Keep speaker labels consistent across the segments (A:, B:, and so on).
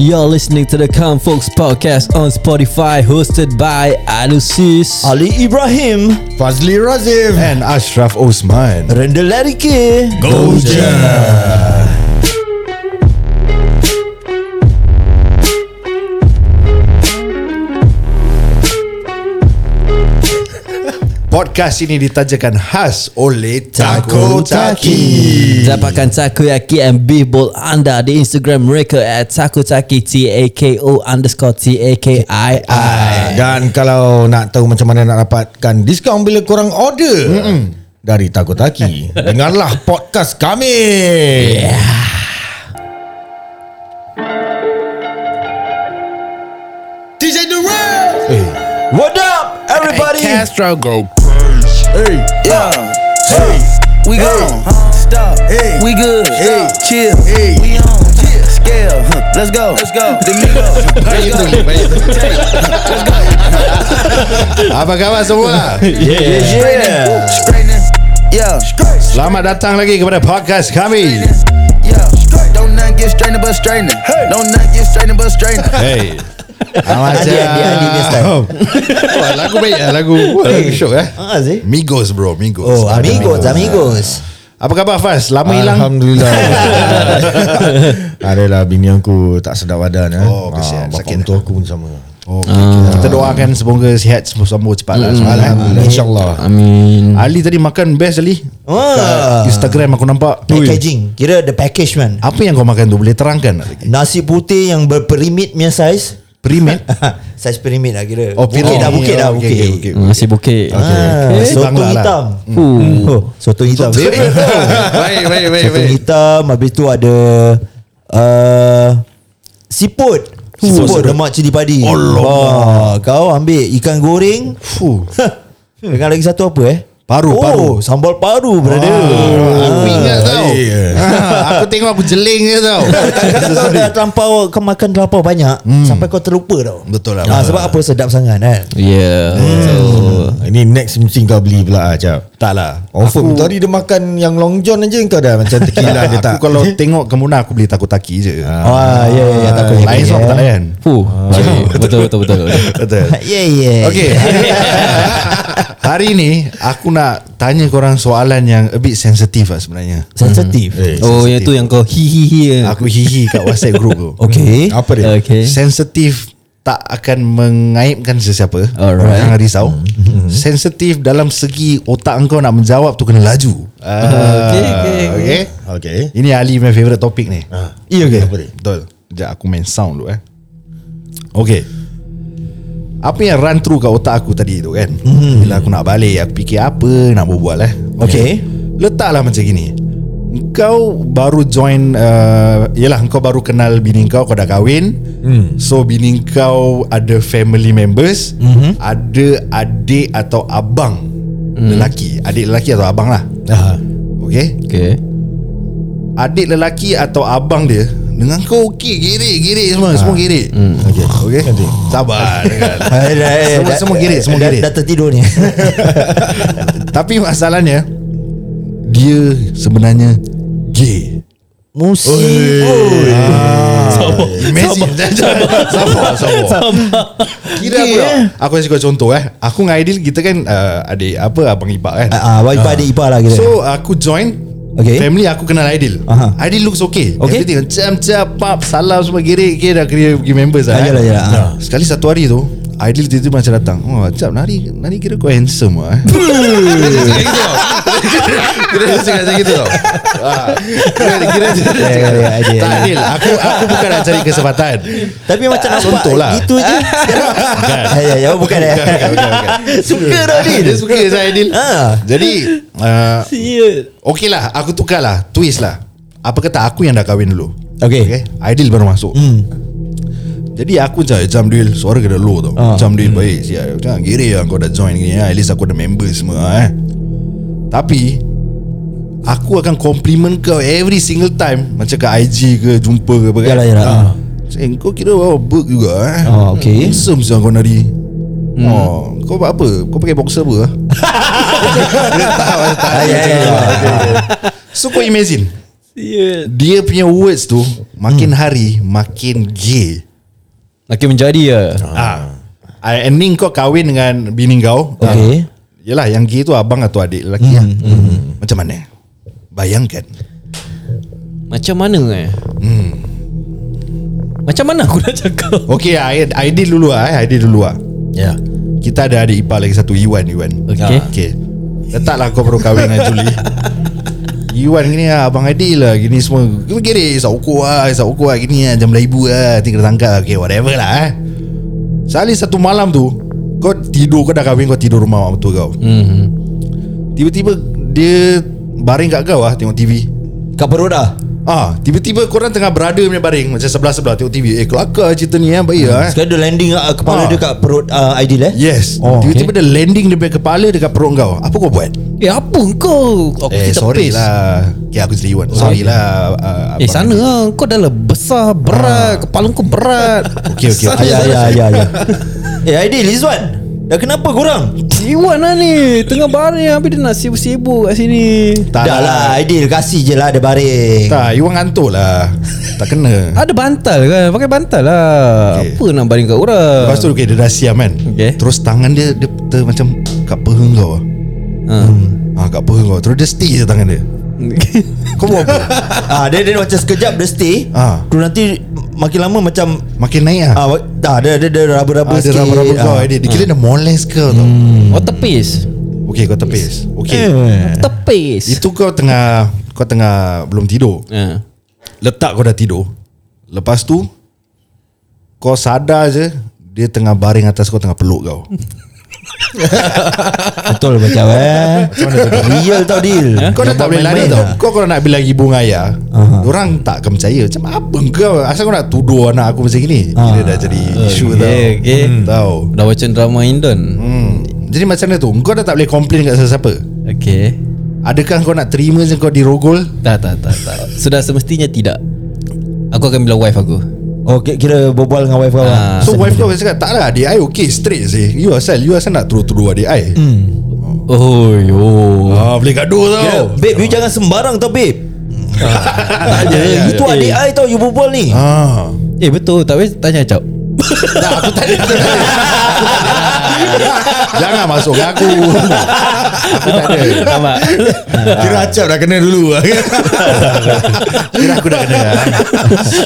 A: You're listening to the Calm Folks podcast on Spotify, hosted by Alusis.
B: Ali Ibrahim
C: Fazli Razif
B: and Ashraf Osman.
C: Renda Larry K
B: Go Jam! Podcast ini ditajakan khas oleh Taco Taki.
A: Dapatkan takoyaki and beef bowl anda di Instagram mereka at takoyaki T-A-K-O underscore T-A-K-I-I.
B: Dan kalau nak tahu macam mana nak dapatkan diskaun bila korang order Mm-mm. dari Taco Taki, dengarlah podcast kami. Yeah.
C: DJ Durant
B: Hey.
C: What up everybody
D: Castro go.
C: Hey Yeah Hey
E: We
C: Hey.
E: gone. Stop.
C: Hey.
E: We good.
C: Hey.
E: Chill.
C: Hey.
E: We on. Scale. Huh. Let's go. Let's go. Domingo.
B: Baik tu, baik tu. Apa khabar semua?
C: Yeah Yeah
E: Straightening. Yeah.
B: Selamat datang lagi kepada podcast kami.
E: Yeah. Don't not get straightening but straightening. Don't not get straightening but straightening.
B: Hey. Amat
C: Adi, Adi, Adi this time.
B: Oh. Wah, lagu baik eh, lagu. Wah, Lagu syok eh.
C: Ah, sih.
B: Migos bro, Migos.
C: Oh amigos amigos
B: Apa khabar Faz? Lama hilang?
D: Alhamdulillah.
B: Adalah bini aku tak sedap badan eh.
D: Oh, kesian.
B: bapak
D: Sakit.
B: mentua aku pun sama. Oh, okay, okay. Kita doakan semoga sihat semua semua cepat lah. Mm, Alhamdulillah. InsyaAllah.
A: Amin.
B: Ali tadi makan best Ali.
C: Ah.
B: Kat Instagram aku nampak.
C: Packaging Kira the package man
B: Apa yang kau makan tu? Boleh terangkan? tak lagi?
C: Nasi putih yang berperimit punya saiz
B: Perimit?
C: Saiz perimit lah kira
B: Oh,
C: Bukit
B: perimit.
C: dah bukit dah
B: Oh, okay,
C: bukit
B: okay, okay.
A: Masih bukit.
C: Ah,
B: Okay.
C: Sotong
B: Bangla lah.
C: hitam Oh, Sotong hitam Favorite tau.
B: baik, baik, baik.
C: Sotong hitam Habis tu ada uh, Siput Siput lemak cili padi Allah Kau ambil ikan goreng
B: Fuh.
C: Dengan lagi satu apa eh
B: Paru,
C: oh,
B: paru.
C: Sambal paru brother
D: Ah.
B: Aku ingat tau
D: iya.
B: Ah, Aku tengok aku jeling je tau
C: Kadang-kadang kau dah terlampau Kau makan terlampau banyak hmm. Sampai kau terlupa tau
D: Betul lah,
C: ha,
D: betul
C: Sebab apa sedap sangat kan
A: Yeah.
B: Ini next mesti kau beli pula ah, Cap
D: Tak lah.
B: Confirm tadi dia makan yang long john aja kau dah macam tequila dia tak.
D: Aku kalau tengok ke Muna aku beli takutaki je.
C: Ah, ya, ya, ya, takut.
D: Lain sebab tak layan.
A: Fuh. Betul, betul, betul. betul.
D: Betul.
C: Yeah yeah
D: Okay Hari ni Aku nak Tanya korang soalan yang A bit sensitif lah sebenarnya
C: Sensitif
D: Eh,
A: Oh, yang tu yang kau hihihi.
D: Aku hihi kat WhatsApp group tu
C: Okay
B: Apa dia?
A: Okay.
D: Sensitif Tak akan mengaibkan sesiapa
A: Alright.
D: Jangan risau Sensitif dalam segi Otak kau nak menjawab tu Kena laju
A: Okay, okay, okay.
D: Okay
B: Okay.
D: Ini Ali my favourite topik ni
B: Iya okay. Apa dia?
D: Betul Sekejap aku main sound dulu eh Okay Apa yang run through kat otak aku tadi tu kan Bila aku nak balik Aku fikir apa nak berbual eh
C: Okay.
D: Letaklah macam gini Kau baru join uh, Yelah kau baru kenal bini kau Kau dah kahwin So bini kau ada family members Ada adik atau abang Lelaki Adik lelaki atau abang lah
B: Ah.
D: Okay
A: Okay.
D: adik lelaki atau abang dia dengan kau okey girik girik
C: Ah.
D: semua semua girik hmm. okey okey sabar dengar.
C: Hai, dah, eh,
D: Semua-
C: dah-
D: semua girit, semua
C: dah-
D: girit.
C: Dah tertidur ni
D: tapi masalahnya dia sebenarnya gay
C: Musim Oh,
D: uh, Imagine Sabar Sabar Kira aku
C: Gay, eh?
D: Aku kasih kau contoh eh Aku dengan Aidil Kita kan uh, Adik apa Abang Ipak kan
C: Ah, ah, Ipar adik ipar lah kira
D: So aku join
C: Okay.
D: Family aku kenal Aidil
C: Aha.
D: Aidil looks okay
C: Okay.
D: Everything Macam macam Pap Salam semua Gerik Gerik dah kira pergi members lah
C: Ah, yalah, yalah.
D: Nah, Sekali satu hari tu Aidil tiba-tiba macam datang Oh Cap nari Nari kira kau handsome lah eh. Dia cakap gitu tau. Kira dia cakap macam gitu tau Ah. Kira kira dia
C: Ya, ya, ya, Aidil,
D: Tak Aidil Aku aku bukan nak cari kesempatan
C: Tapi macam nampak
D: Contoh lah
C: Gitu je Ya ya ya Bukan eh Suka dah ni
D: Dia suka saya Aidil
C: Ah.
D: Jadi uh, Okey lah Aku tukar lah Twist lah Apa kata aku yang dah kahwin dulu
C: Okay.
D: Aidil baru masuk Jadi aku macam Macam Dil Suara kena low tau
C: Ah.
D: Macam Dil baik siap. Jangan giri lah kau dah join ni At least aku ada member semua eh. Tapi Aku akan compliment kau Every single time Macam kat IG ke Jumpa ke apa kan
C: Yalah, yalah.
D: Ah. Sayang, kau kira wow, Berg juga eh.
C: Oh, okay.
D: Handsome siang kau nari
C: Hmm.
D: Oh, kau buat apa? Kau pakai boxer apa? tak, tak, tak,
C: Ah, ya, ya, ya.
D: So kau imagine
A: Yeah.
D: Dia punya words tu Makin hari Makin gay
A: Makin menjadi ya.
D: Ah, ah. And ni kau kahwin dengan bini kau
C: Okay.
D: ah. Yelah yang gay tu abang atau adik lelaki lah. Macam mana? Bayangkan
A: Macam mana eh? Hmm. Macam mana aku nak cakap?
D: Okay I- Aidil dulu lah eh. Aidil dulu lah
B: Ya.
D: Kita ada adik ipar lagi satu Iwan Iwan
A: Okay.
D: okay. Letaklah kau baru kahwin dengan Juli Iwan gini lah Abang Aidil lah Gini semua Gini gini Isak ukur lah Isak ukur lah Gini lah Jam ibu lah Nanti kena tangkap lah. Okay whatever lah eh Sekali satu malam tu Kau tidur Kau dah kahwin Kau tidur rumah mak mertua kau
A: Hmm.
D: Tiba-tiba Dia Baring kat kau lah Tengok TV
C: Kat Peroda
D: Ah, tiba-tiba korang tengah berada punya baring Macam sebelah-sebelah tengok TV Eh kelakar cerita ni eh Baik lah eh
C: Sekali dia landing uh, Kepala
D: Ah.
C: dia kat perut uh, Aidil eh
D: Yes
C: Oh,
D: Tiba-tiba dia landing Dia punya kepala dekat perut kau Apa kau buat?
A: Eh apa kau? Aku
D: eh
A: tak
D: sorry
A: pace.
D: lah Okay aku sendiri Wan Sorry lah uh,
A: Eh
D: abang.
A: sana lah Kau dah lah besar Berat Kepala kau berat
D: Okay okay
C: Ya ya ya ya Eh Aidil Izwan Dah kenapa korang?
A: Iwan lah ni Tengah baring Habis dia nak sibuk-sibuk kat sini
D: Tak
C: dah lah Aidil Kasih je lah dia baring
D: Tak Iwan ngantuk lah Tak kena
A: Ada bantal kan Pakai bantal lah
D: Okey.
A: okay. Apa nak baring kat orang
D: Lepas tu okay, dia dah siam kan
A: Okay.
D: Terus tangan dia, dia ter, Macam kat peha kau
A: ha.
D: ah, Kat peha kau Terus dia stick je tangan dia Kau buat apa?
C: ah, dia, dia macam sekejap dia stay
D: Ah.
C: Tu nanti Makin lama macam
D: Makin naik lah
C: ah, wa- ah, Dia dia, dia raba-raba
D: Ah, Hmm. dia
C: sikit
D: raba-raba kau
C: Ah.
D: Dia, dia kira dia moles kau tau
A: Oh tepis
D: Okay kau tepis Okay
A: Eh. Tepis
D: Itu kau tengah Kau tengah Belum tidur
A: ha.
D: Letak kau dah tidur Lepas tu Kau sadar je Dia tengah baring atas kau Tengah peluk kau
C: Betul macam eh Real tau Dil
D: Kau dah tak boleh lari
C: main-main
D: tau
C: lah.
D: Kau kalau nak bilang ibu dengan ayah
C: Aha.
D: Orang ya, tak akan percaya Macam apa kau Asal kau nak tuduh anak aku macam ni Ah. Oh, Gila dah jadi isu
A: okay,
D: tau
A: okay.
D: Hmm, Tau
A: Dah macam drama Indon
D: hmm. Jadi macam mana tu Kau dah tak boleh complain kat siapa-siapa
A: Okay
D: Adakah kau nak terima je kau dirogol
A: Tak tak tak tak Sudah semestinya tidak Aku akan bilang wife aku
C: Oh ki- kira berbual dengan wife kau
A: Ah.
C: lah
D: So wife kau cakap Tak lah adik I okay straight sih You asal You asal nak tuduh-tuduh adik I hmm.
A: Oh yo
D: ah, Boleh gaduh tau
C: Kira, Babe you Oh, jangan sembarang tau babe
D: Tak je
C: Eh, Ha? Itu
D: Itu
C: adik I tau you berbual ni
D: Ah.
A: Eh betul Tak boleh tanya Cap
D: Jangan masuk ke aku Aku tak ada
A: Nampak
B: Kira acap dah kena dulu lah.
D: Kira aku dah kena eh?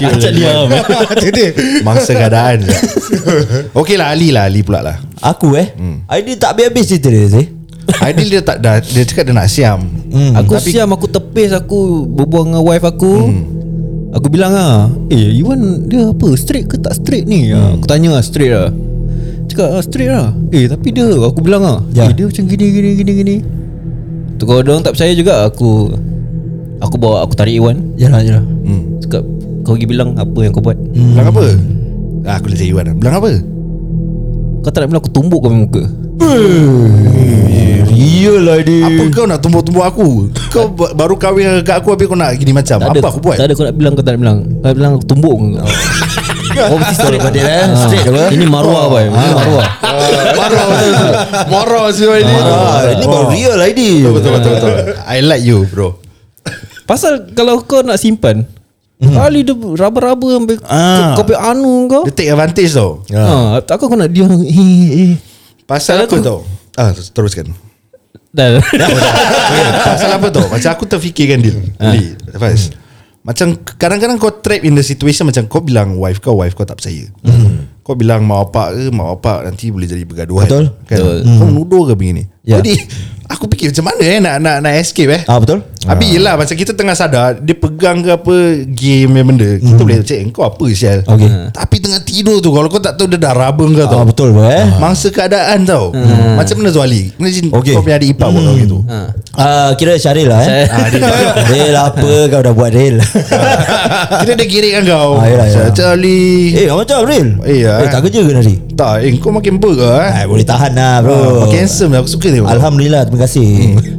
A: Macam diam
B: Macam dia.
D: Mangsa keadaan je Okey lah Ali lah Ali pula lah
C: Aku eh Aidil tak habis-habis cerita dia sih
D: Aidil dia tak dah Dia cakap dia nak siam
A: Hmm, aku tapi, siam aku tepis aku berbual dengan wife aku. Hmm. Aku bilang ah, "Eh, Iwan dia apa? Straight ke tak straight ni?" Hmm. Aku tanya ah, straight ah. Cakap ah, straight lah Eh tapi dia Aku bilang lah
C: Ya.
A: ya. Eh dia macam gini gini gini gini Tu kalau diorang tak percaya juga Aku Aku bawa Aku tarik Iwan
C: Yalah yalah
A: Cakap Kau pergi bilang Apa yang kau buat
D: Bilang apa? Ah, aku leceh Iwan Bilang apa?
A: Kau tak nak bilang Aku tumbuk kau punya muka
C: Real Aidil
D: Apa kau nak tumbuk-tumbuk aku? Kau ba- baru kahwin kat aku Habis kau nak gini macam Apa
A: ada,
D: aku buat?
A: Tak ada kau nak bilang Kau tak nak bilang Kau nak bilang aku tumbuk kau
C: Kau mesti straight pada dia eh Straight apa
A: Ah, Ini maruah boy Ini maruah
D: Marah Marah si Aidil
C: Ah, Ini baru real Aidil
D: Betul betul betul I like you bro
A: Pasal kalau kau nak simpan hmm. Kali dia raba-raba Sampai ah.
D: Ah.
A: kopi anu kau
D: Dia take advantage tau
A: ha, Takkan kau nak dia eh, eh.
D: Pasal apa tau? Ah, teruskan
A: Dah
D: Okay, Pasal Ah, apa tau Macam aku terfikirkan dia
C: Ah.
D: Li Faiz
C: Hmm.
D: Macam kadang-kadang kau trap in the situation Macam kau bilang wife kau Wife kau tak percaya Kau bilang mak bapak ke Mak bapak nanti boleh jadi bergaduhan
C: Hmm. Betul. Hmm.
D: kan?
A: Betul.
D: Kau menuduh ke begini
C: Ya.
D: Jadi Aku fikir macam mana eh Nak nak, nak escape eh
C: Ah betul
D: Habis yelah Macam kita tengah sadar Dia pegang ke apa Game yang benda Kita
C: Hmm.
D: boleh cek Kau apa sial
C: Okay.
D: Tapi tengah tidur tu Kalau kau tak tahu Dia dah raba kau tau
C: Ah betul apa eh Hmm.
D: Mangsa keadaan tau Macam mana Zuali Imagine
C: Okay.
D: Kau punya adik ipar
C: Hmm.
D: buat kau gitu
C: Ah kira Syaril lah eh
D: Ah, dia-
C: Dil apa kau dah buat Dil
D: Kira dia girik kan kau
C: Ah, yelah, yelah.
D: Charlie eh.
C: Eh macam Dil
D: Eh,
C: Eh
D: ah.
C: tak kerja ke nanti
D: Tak eh, kau makin burger
C: Eh
D: eh
C: boleh tahan lah bro
D: Ah, Makin handsome lah Aku suka tengok kau.
C: Alhamdulillah terima kasih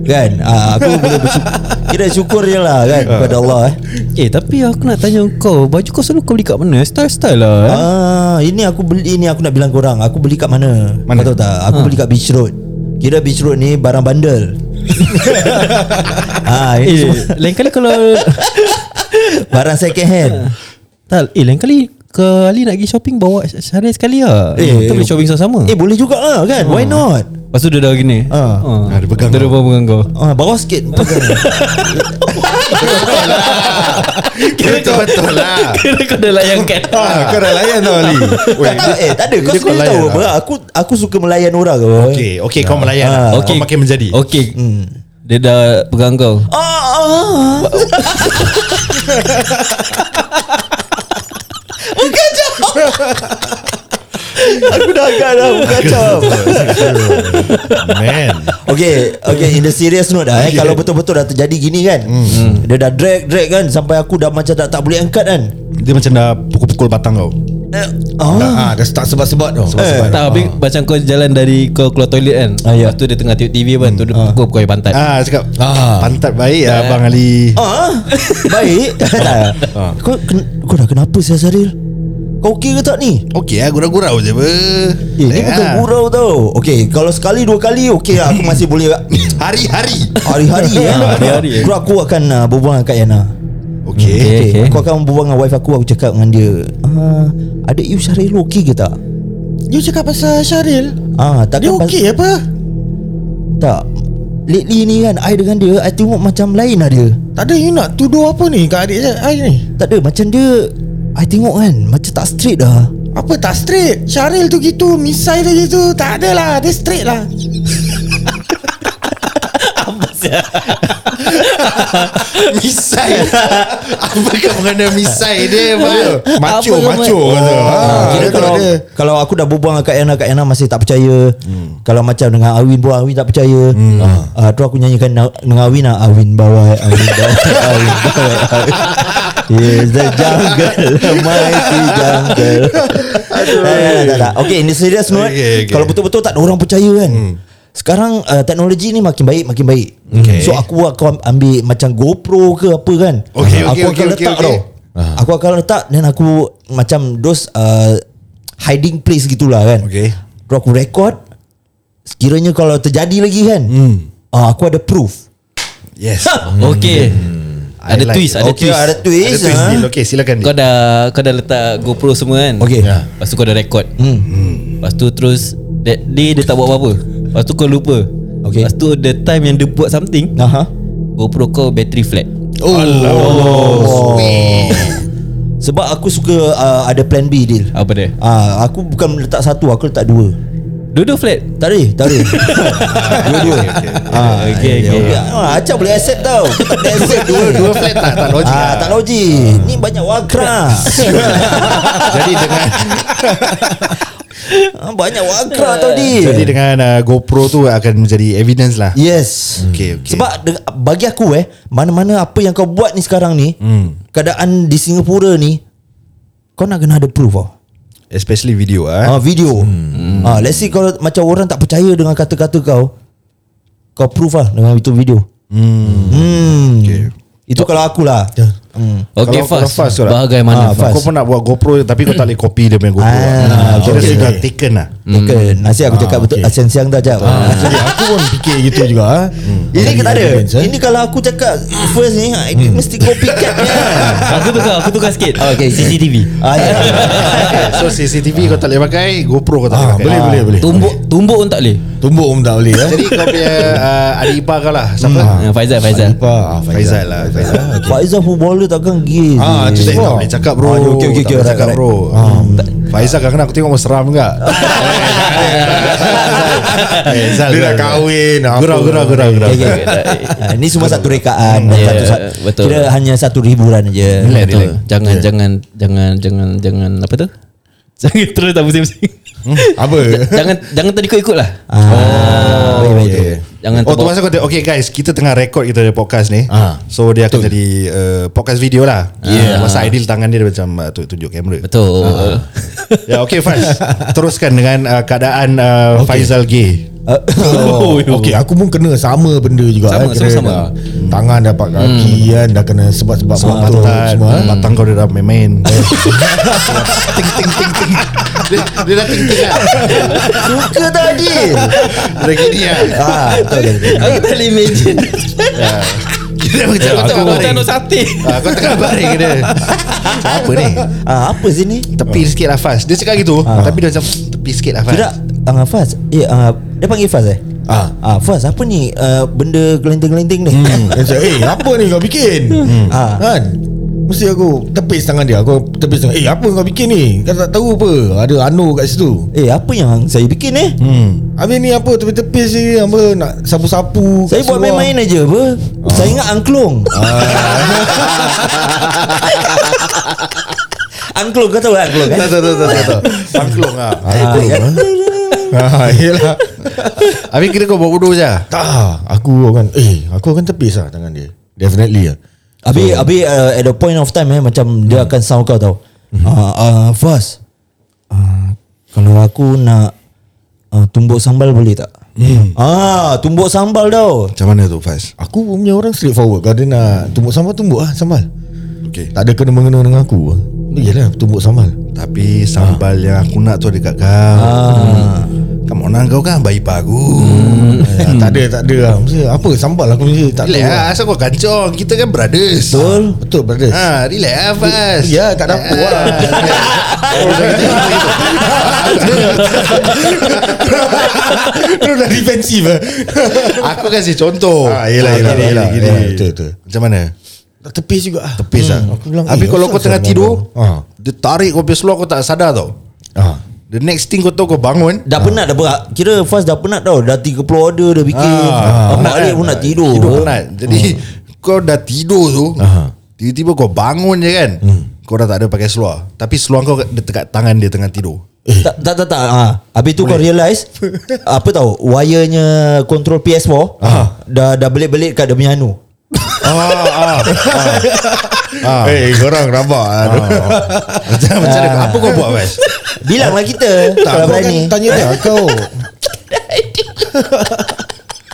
C: Kan ah, Aku boleh bersyukur Kira syukur je lah kan Kepada Allah eh
A: Eh tapi aku nak tanya kau Baju kau selalu kau beli kat mana Style-style lah eh?
C: Ah, ini aku beli ini aku nak bilang korang. Aku beli kat mana? Ha.
D: Mana?
C: Kau tahu tak? Aku beli kat Beach Road. Kira Beach Road ni barang bandel. ah, ini
A: Eh
C: semua.
A: lain kali kalau
C: Barang second hand
A: Tak Eh lain kali Kali nak pergi shopping Bawa sehari sekali lah eh, Kita boleh shopping sama-sama
C: Eh
A: eh,
C: boleh juga lah kan Why not
A: Lepas tu dia dah gini
C: Ah.
D: Ah, dia pegang
A: Dia dah pegang kau
C: Ah, bawah sikit
D: Betul betul lah
A: Kira kau dah layankan
D: Ah, kau dah layan tau Ali Weh,
C: Tak, eh, tak ada Kau ah.
D: dia
C: sendiri
D: layan
C: tahu
D: lah.
C: apa Aku aku suka melayan orang ke apa.
D: Okay, okay kau melayan
B: Ah,
D: lah. Kau makin menjadi
B: Oh,
A: Okay Dia dah pegang kau
C: Ah, ah. Aku dah agak dah Kacau
D: Man
C: Okay Okay in the serious note lah eh,
D: Okay.
C: Kalau betul-betul dah terjadi gini kan Dia dah drag drag kan Sampai aku dah macam tak, tak boleh angkat kan
D: Dia macam dah pukul-pukul batang kau
B: Dah,
C: ah.
B: ah, dah start sebat-sebat tau
A: Eh,
D: Ah.
A: tak habis macam kau jalan dari kau keluar toilet kan
C: Ah, ya.
A: Lepas tu dia tengah tengok TV kan Tu dia pukul kau pantat
D: Ah, cakap
B: Ah.
C: Eh.
D: Pantat baik ah, Abang Ali
C: ah. Baik tak. Kau, ken- kau dah kenapa saya Saril Kau okey ke tak ni
D: Okey lah gurau-gurau je ah. ber.
C: Eh ni bukan gurau tau Okay Kalau sekali dua kali Okay lah aku masih boleh
D: Hari-hari
C: Hari-hari ya.
A: Hari-hari, eh.
C: Aku, aku akan uh, berbual dengan Kak Yana
D: Okey
A: Okay,
C: okay,
A: okay.
C: Aku akan berbual dengan wife aku Aku cakap dengan dia ah, Ada you Syaril okey ke tak
B: You cakap pasal Syaril
C: Ah, tak
B: Dia okey apa?
C: Tak Lately ni kan I dengan dia I tengok macam lain lah dia
B: Tak ada you nak tuduh apa ni Kat adik saya I ni
C: Tak ada macam dia I tengok kan Macam tak straight lah. dah
B: Apa tak straight Syaril tu gitu Misai tu gitu Tak ada lah Dia straight lah
D: Misai Apa kau mengenai misai dia bang?
B: Macho
A: Apa
B: Macho kata
C: Ah,
B: ah,
C: kira
B: Dia tak
C: kalau,
B: ada
C: kalau aku dah berbual dengan Kak Yana Kak Yana masih tak percaya Kalau macam dengan Awin pun Awin tak percaya hmm. ah, Tu aku nyanyikan na- dengan Awin lah Awin bawah Awin bawah Awin bawah Awin. Yes, the jungle Mighty jungle tak, tak, tak, tak. Okay, in the serious note
D: Okay, okay.
C: Kalau betul-betul tak ada orang percaya kan Sekarang uh, teknologi ni makin baik makin baik.
D: Okay.
C: So aku akan ambil macam GoPro ke apa kan. aku
D: Okay, okay, okay,
C: akan
D: okay,
C: letak
D: okay.
C: tau. Aku akan letak dan aku macam those uh, hiding place gitulah kan.
D: Okay.
C: Terus aku record sekiranya kalau terjadi lagi kan. Hmm. Uh, aku ada proof.
D: Yes
A: Okay Ha, Ada
D: Hmm. I like
A: twist
D: it.
A: Ada
C: Okay,
A: twist
C: ada twist.
D: Ada twist
C: ah.
D: deal Okay silakan
A: Kau dah Kau dah letak GoPro semua kan
C: Okay.
D: Ya.
A: Lepas tu kau dah record hmm. Lepas tu terus That day dia tak buat apa-apa Lepas tu kau lupa
C: Okay.
A: Lepas tu the time yang dia buat something
C: Aha.
A: GoPro kau battery flat
C: Oh. Sebab aku suka uh, ada plan B deal.
A: Apa dia
C: Ah, aku bukan letak satu, aku letak dua.
A: Dua-dua flat
C: Tak ada, tak ada. Dua-dua. Ah,
A: okay,
D: ya,
A: okay.
C: okay. Ah, Acap boleh accept tau. Aku tak boleh accept dua.
D: Dua flat tak Tak logik
C: Ah, tak logik. Ni banyak wakra.
D: Jadi dengan
C: Ah, banyak wakra tadi.
D: Jadi dengan uh, GoPro tu Akan menjadi evidence lah
C: Yes.
D: Okay,
C: Ya.
D: okay.
C: Sebab de- bagi aku eh, mana-mana apa yang kau buat ni sekarang ni,
D: Hmm.
C: keadaan di Singapura ni, kau nak kena ada proof tau.
D: Especially video ah.
C: Ah, video.
D: Hmm.
C: Ah, let's see kalau macam orang tak percaya dengan kata-kata kau, kau proof lah dengan itu video. Hmm.
D: Okay.
C: Itu kalau aku lah.
D: Ya.
C: Hmm.
A: Okay
D: Kalau- kalau
A: fast,
D: fast tu lah.
A: Bagaimana
C: Ah,
A: fast?
C: fast.
D: Kau pun nak buat GoPro Tapi kau tak boleh copy dia punya GoPro
C: Ah,
D: ah, Kira
C: okay.
D: sudah taken lah
C: Okay, nasi aku
D: Ah,
C: cakap betul okay. siang dah jap.
B: Jadi aku pun fikir gitu juga ah.
D: Hmm.
C: Ini kita ada.
B: Evidence, eh?
C: Ini kalau aku cakap first ni, ha, ini mesti copycat ni. kan?
A: aku tukar, aku tukar sikit. Okay, CCTV.
C: Ah, ya.
D: Okay, So CCTV kau tak boleh pakai GoPro kau tak boleh
B: Ah,
D: pakai
B: boleh, boleh, boleh.
A: Tumbuk, tumbuk pun tak boleh.
B: Tumbuk pun tak boleh eh.
D: Jadi kau punya uh, Adik ipar kau lah Siapa?
A: Ah, Faizal, Faizal.
B: Apa? Ah,
D: Faizal lah Faizal
C: Faizal footballer takkan gay.
D: Ah, tu tak boleh cakap bro.
C: Ah,
D: Ah,
C: okay, okay, okay,
D: tak boleh Ah.
C: alright,
D: cakap bro.
C: Hmm.
D: Tak- Faizal kadang-kadang aku tengok mau seram enggak? Eh,
B: Dia dah kahwin apa.
D: Gurau, gurau, gurau, gurau.
C: Okay, okay. Ah, Ni semua satu rekaan
A: Ya,
C: satu, satu,
A: betul.
C: Kira hanya satu hiburan aja.
A: Relax, relax. Jangan, jangan, jangan, jangan, jangan apa tu? Jangan terus tak pusing-pusing.
B: Apa?
A: jangan, jangan tadi kau ikut lah.
C: Ah, baik, baik, baik.
A: Jangan
D: Oh tu
A: terbawa-
D: masa kau tengok Okay guys Kita tengah record Kita ada podcast ni So dia akan jadi uh, Podcast video lah Ah, yeah. Masa Aidil tangan dia dia Macam uh, tu- tunjuk kamera
A: Betul.
D: Ya okay Faiz Teruskan dengan uh, Keadaan uh, Faizal gay
B: Oh, okay, aku pun kena sama benda juga
A: Sama,
B: eh. Kira
A: sama-sama.
B: dah Tangan dapat kaki kan Dah kena sebab-sebab motor
D: Batang
B: semua eh.
D: Batang ah, kau dia dah main-main Ting ting ting ting Dia, dia dah ting ting lah
C: Suka tadi.
D: Dia dah gini lah
C: Ah, betul, betul. betul.
A: Aku tak boleh imagine.
D: Dia macam
A: Kau
D: kau
A: tak kau tak
D: tengah baring
A: nak sate
D: Ah, Kau tengah baring dia Macam Apa ni
C: Ah, apa sini?
D: Tepi sikit lah Faz Dia cakap gitu Tapi dia macam Tepi sikit lah Faz
C: Tidak Ah Faz Eh ah, Dia panggil Faz eh
B: Ah.
C: ah Faz apa ni uh, Benda gelenting-gelenting ni
B: Hmm. Dia cakap, eh apa ni kau bikin? Hmm.
C: Ah.
B: Kan? Mesti aku tepis tangan dia. Aku tepis tangan. Eh apa kau bikin ni? Kau tak tahu apa? Ada Anu kat situ.
C: Eh apa yang saya bikin eh
B: Hmm. Habis ni apa tepis-tepis ni apa nak sapu-sapu. kat
C: Saya buat
B: seluar.
C: main-main aja apa Saya ingat angklung Ah. Angklung kau tahu angklung kan
D: Eh, Tak tak tak tak, tak tak Angklung lah
B: Aku ha. ha, yelah.
D: Habis kira kau buat bodoh je ah?
B: Tak Aku akan Eh aku akan tepis lah tangan dia Definitely lah
C: Abi so, abi uh, at the point of time eh macam dia akan sound kau tau. Ah uh, uh, Fas. Uh, kalau aku nak uh, tumbuk sambal boleh tak? Ah tumbuk sambal tau.
D: Macam mana tu Faz
B: Aku punya orang straightforward Kalau dia nak tumbuk sambal Tumbuk lah sambal
D: Okay
B: Tak ada kena-mengena dengan aku Yelah tumbuk sambal
D: Tapi sambal yang aku nak tu dekat kau ah. Hmm. Kamu nak kau kan bayi pagu
B: eh, Tak ada tak ada lah Mesti, Apa sambal aku mesti tak tahu
D: Relax
B: lah.
D: lah Asal kau kancong Kita kan brothers
B: Betul Ah. Betul brother
D: Ha, relax Ah. lah Faz
B: Ya kat dapur lah Terus dah defensif
D: eh.
B: lah
D: Aku kasih contoh
B: Ah, yelah, yelah,
D: gini,
B: yelah,
D: gini.
B: yelah, Ah, betul, betul.
D: Macam mana
B: Dah Tepis juga ah.
D: Tepis lah
B: Aku bilang eh,
D: Habis kalau
B: asal
D: kau tengah
B: sambal
D: tidur
B: kau? Ah.
D: Dia tarik kau punya seluar Kau tak sadar tau
B: Ah.
D: The next thing kau tahu kau bangun
C: Dah penat dah berat. Kira Fas dah penat tau. Dah 30 order dah bikin. Ah,
D: penat
C: balik
D: kan?
C: pun nak tidur.
D: Tidur penat Jadi Kau dah tidur tu
B: Ah. Aha. Hmm.
D: Tiba-tiba kau bangun je kan Kau dah tak ada pakai seluar Tapi seluar kau dekat tangan dia tengah tidur
B: Eh.
C: Tak tak tak. tak. Ha. Habis tu kau realise apa tahu wirenya control PS4 ah, dah dah belit-belit kat dia punya anu.
B: Ah. Eh korang rabak ah.
D: lah Macam macam mana Apa kau buat Wes
C: Bilanglah lah kita
B: Tak
C: kalau
B: kau kan
C: berani.
B: tanya dia kau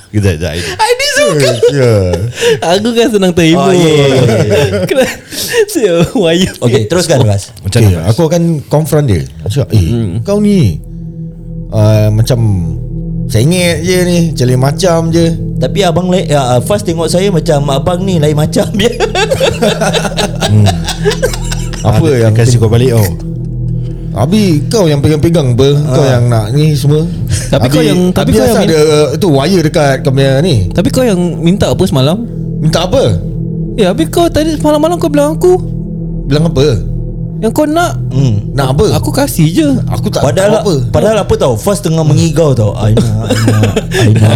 D: Kejap kejap ini.
A: Ini suka
B: Ya
A: Aku kan senang terhibur
C: Oh, ya, ya, ya,
A: Kena Sial Wire
C: Okey, teruskan Fas.
D: Macam
B: okay,
D: mana Wes?
B: Eh, Aku akan confront dia Aku Cakap eh
A: Hmm.
B: kau ni uh, Macam Sengit je ni Celik macam je
C: Tapi abang lain ya, uh, Fast tengok saya macam Abang ni lain macam dia
B: Apa
D: dia
B: yang
D: Kasih kau balik oh.
B: Abi kau yang pegang-pegang apa Kau yang nak ni semua
A: Ah. Tapi kau yang- tapi kau
B: Tapi kau
A: yang min-
B: ada uh, Tu wire dekat Kau punya ni
A: Tapi kau yang minta apa semalam
B: Minta apa
A: Eh habis kau tadi malam-malam kau bilang aku
B: Bilang apa
A: Yang kau nak
C: hmm.
B: Nak apa
A: Aku lah. kasih je
B: Aku tak tahu
C: Padahal
B: apa Hmm.
C: apa? Padahal apa tau Fast tengah mengigau tau Ah, Aina Aina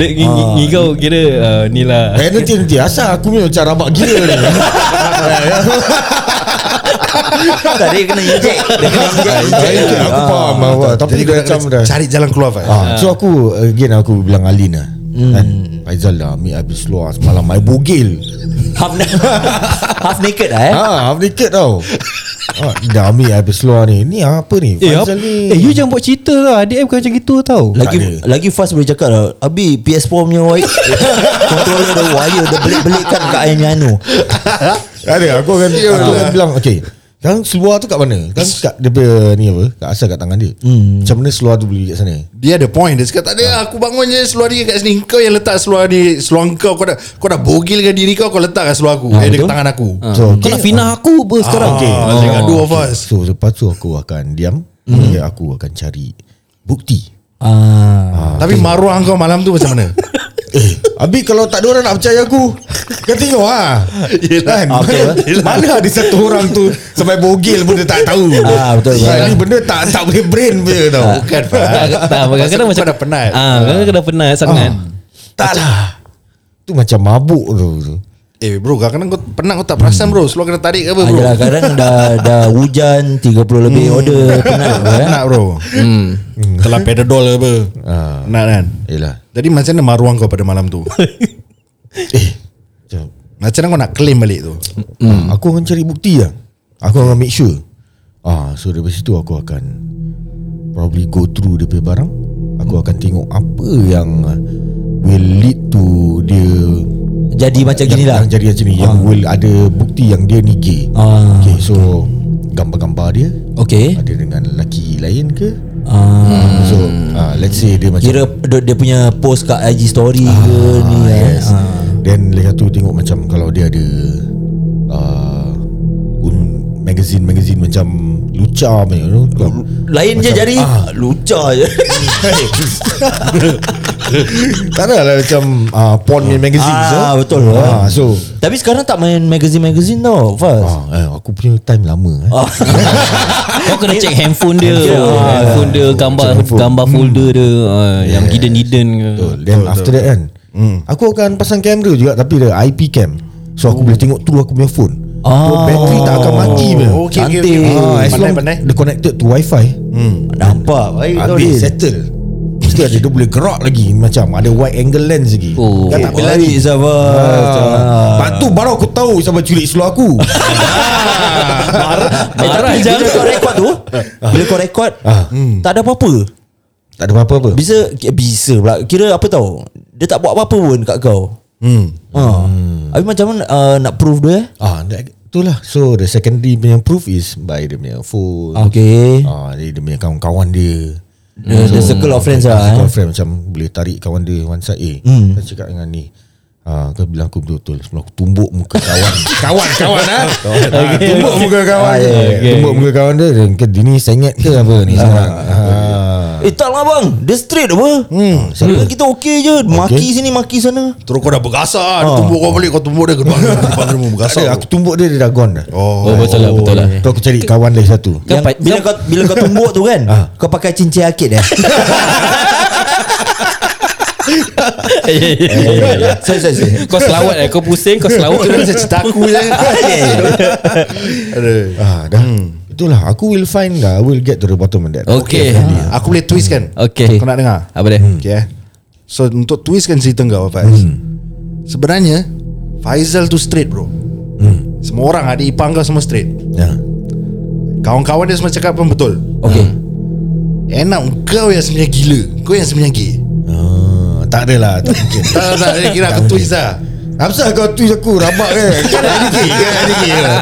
A: Dia ng- ng- ngigau kira uh, Ni lah
B: Eh nanti nanti Asal aku punya macam rabak gila ni
C: Aina Tak dia kena injek Dia kena injek,
B: Ah,
C: injek.
B: itu Aku faham apa. Tapi
D: Jadi
B: dia
D: kau nak
B: macam
D: kena
B: dah
D: Cari jalan keluar Faz
B: Ah, so aku again aku bilang Alin lah. Hmm. Kan? Faizal lah ambil habis seluar semalam main bogil.
C: Half, na- half naked lah eh
B: Ha, half naked tau. ah, dah ambil habis seluar ni. Ni apa ni?
A: Eh, apa?
B: Faizal ni.
A: eh you jangan buat cerita lah Adik I bukan macam gitu tau
C: Lagi
B: Tak ada.
C: lagi fast boleh cakap lah Abi PS4 punya wire Controller dia wire Dia belik-belikkan kat Aina punya anu
B: Ada aku akan Ah,
D: Ya,
A: Ya
B: aku akan bilang okey. Sekarang seluar tu kat mana? Kan kat dia punya ni apa? Kat asal kat tangan dia. Hmm. Macam mana seluar tu beli kat sana?
D: Dia ada point Dia cakap tak
B: Ah.
D: ada Aku bangun je seluar dia kat sini Kau yang letak seluar ni Seluar kau Kau dah, kau dah bogilkan diri kau Kau letak kat
B: Ah,
D: seluar aku Eh dekat tangan aku
B: So,
A: Ah. Kau nak finah aku apa sekarang
D: Okay oh. Dekat dua of us
B: So lepas tu aku akan diam. Hmm. Ya, aku akan cari bukti.
C: ah.
D: Tapi maruah kau malam tu macam mana
B: Eh, Abi kalau tak ada orang nak percaya aku Kau tengok ha
D: Yelah. Ah,
B: kan? mana, mana ada satu orang tu Sampai bogil pun dia tak tahu
C: Ah, betul, betul.
B: Ni benda tak tak boleh brain punya tau
D: Ah, Bukan
A: Tak, tak, kadang-kadang
D: Pasal
A: macam
D: kau dah penat.
A: Ah, kadang-kadang dah penat sangat.
B: Tak lah Tu macam mabuk tu tu.
D: Eh bro kadang-kadang kau penat kau tak perasan bro Seluar kena tarik ke apa
C: Ah,
D: bro
C: yelah, kadang dah dah hujan 30 lebih order penat apa, eh?
D: Penat bro Telah pedadol ke apa
B: Hmm. Ah.
D: Penat kan
B: Yelah
D: Jadi macam mana maruah kau pada malam tu
B: Eh macam,
D: Macam mana kau nak claim balik tu
C: Hmm.
B: ah, Aku akan cari bukti lah Aku akan make sure ah, So dari situ aku akan Probably go through dia punya barang Aku akan tengok apa yang Will lead to dia
C: Jadi macam
B: yang,
C: gini lah
B: Yang jadi macam ni Yang will ada bukti yang dia ni gay
C: Ah.
B: Okay so Gambar-gambar dia
C: Okay
B: Ada dengan lelaki lain ke
C: ah.
B: So uh, let's say dia macam
C: Kira dia, dia punya post kat IG story ah, ke ni yes.
B: yes.
C: ah.
B: Then lepas tu tengok macam Kalau dia ada uh, un, Magazine-magazine macam Lucha punya you know?
C: Lain je
B: Macam,
C: jari
B: ah.
C: Lucah je
B: Tak ada lah macam uh, Porn punya magazine so.
C: Ah, betul.
B: ah, So
C: Tapi sekarang tak main magazine-magazine tau Faz
B: ah, eh, Aku punya time lama eh.
C: Ah.
A: Kau kena check handphone dia Ah,
C: Handphone.
A: Handphone dia Gambar
B: handphone.
A: gambar folder dia ah, Yang hidden-hidden ke
B: Betul. Then betul, after betul. that kan
C: Hmm.
B: mm. Aku akan pasang kamera juga Tapi dia IP cam So aku boleh tengok through aku punya phone
C: Ah.
B: so, Bateri tak akan mati punya
D: Oh, okay, okay, okay.
C: Cantik.
B: ah, As long
D: Pandai-pandai
B: dia connected to wifi
C: Hmm. Nampak baik kau
B: Habis
C: ni.
B: settle Mesti ada dia boleh gerak lagi Macam ada wide angle lens lagi
A: Oh.
B: Kan tak boleh lari
C: Baik Zafar
B: Ah. Lepas tu baru aku tahu Siapa culik seluruh aku
C: Eh,
A: Marah
C: tapi
A: jangan.
C: bila kau rekod tu Bila kau rekod Tak ada apa-apa
B: Tak ada apa-apa
C: Bisa Bisa pula Kira apa tau Dia tak buat apa-apa pun kat kau Ha. Habis macam mana uh, nak prove dia eh?
B: Ah, that- Itulah So the secondary punya proof is By dia punya phone
C: Okay
B: ah, Dia dia punya kawan-kawan dia
C: The, the circle of friends lah eh.
B: Call friend macam Boleh tarik kawan dia One side Eh hmm. Saya cakap dengan ni Ah, kau bilang aku betul-betul Sebelum aku tumbuk muka kawan Kawan Kawan ha? okay, Tumbuk muka kawan okay, okay. Tumbuk muka kawan dia dia, Ke dia ni sengit ke apa ni sekarang ah.
C: Eh tak lah bang Dia straight apa hmm, Kita okey je Maki sini maki sana
D: Terus kau dah bergasah Dia tumbuk kau balik Kau tumbuk dia Kedua Kedua dia
B: Tak
D: bergasah
B: ada aku tumbuk dia Dia dah gone dah
D: Oh,
A: Oh betul lah Betul lah
B: Tu aku cari kawan lagi satu
A: Kau
C: yang
A: pa-
C: bila kau bila kau tumbuk tu kan kau pakai cincin akid eh
A: Eh,
C: sorry sorry sorry.
A: Kau selawat eh Kau pusing Kau selawat
D: kan Macam cerita aku je Aduh.
B: ah, dah. Hmm. Itulah Aku will find lah I will get to the bottom of that
A: Okay
D: Aku boleh twist kan
A: Okay.
D: Kau nak dengar
A: Apa dia
D: Okay eh So untuk twistkan cerita kau Faiz Sebenarnya Faizal tu straight bro Semua orang adik ipar kau semua straight
B: Ya.
D: Kawan-kawan dia semua cakap pun betul
C: okey
D: Enak kau yang sebenarnya gila Kau yang sebenarnya gay
B: Ah, tak ada lah Tak mungkin
D: Tak tak tak dia kira aku twist lah
B: Kenapa kau twist aku Rabak kan Kau nak jadi gay
D: Kan ada gay lah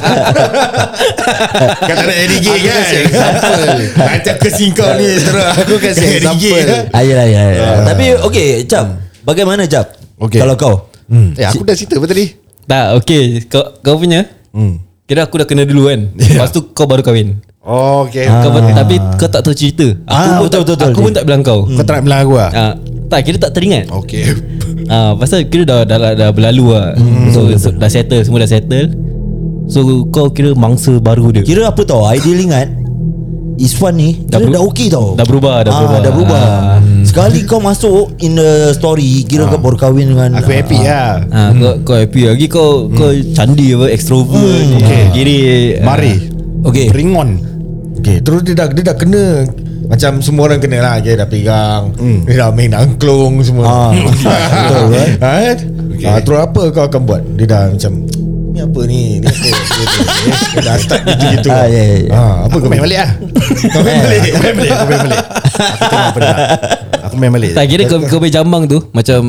D: Kau tak nak jadi gay
B: Aku
D: kan
B: kasi example.
D: Nanti aku kasi kau ni Terus kan? aku kasi
B: Jadi gay,
D: example
B: eh?
C: ayolah ayolah, ayolah. lah, ya tapi okey cap bagaimana cap
D: Okey.
C: kalau kau
D: Eh aku dah cerita apa tadi
A: Tak okay Kau, kau punya Kira aku dah kena dulu kan Lepas tu kau baru kahwin
D: Oh okay
A: kau, ber- Tapi kau tak tahu cerita Aku, pun,
C: Ah, betul,
A: tak,
C: betul, betul. Hmm. Oh.
A: aku pun tak bilang kau
D: Kau tak nak bilang aku lah
A: Ah, Tak kira tak teringat
D: Okay
A: Ah, pasal kira dah dah, dah, dah berlalu lah. Hmm. So, so dah settle semua dah settle. So kau kira mangsa baru dia.
C: kira apa tau ideal ingat Iswan ni
A: Dah
C: Dah,
A: beru-
C: dah okey tau
A: dah berubah, dah
C: Ah,
A: berubah.
C: Dah berubah
A: Ah.
C: Sekali kau masuk In the story Kira kau baru kahwin dengan
D: Aku
C: ah,
D: happy
B: ya.
D: lah
A: Ah, kau, kau happy lagi kau
C: Hmm.
A: kau candi apa extrovert. Hmm.
D: Okay.
A: Kiri. ah,
D: Mari
C: Okey
D: Ringon
B: Okay Terus dia dah, dia dah kena Macam semua orang kena lah Dia dah pegang mm. Dia dah main angklung
C: Hmm. Ah,
B: semua
C: betul, kan?
B: right?
D: Okay.
B: okay. ah, Terus apa kau akan buat Dia dah macam Ni apa ni Ni apa Ni apa?" Dia dah start gitu-gitu
C: Ah, ya, ya, ya.
B: Ah, Apa
D: Apa
B: kau
D: kau main balik lah Kau main balik Kau main balik Kau main balik Aku tengok apa nak. Aku main balik
A: Tak kira kau kau punya jambang tu macam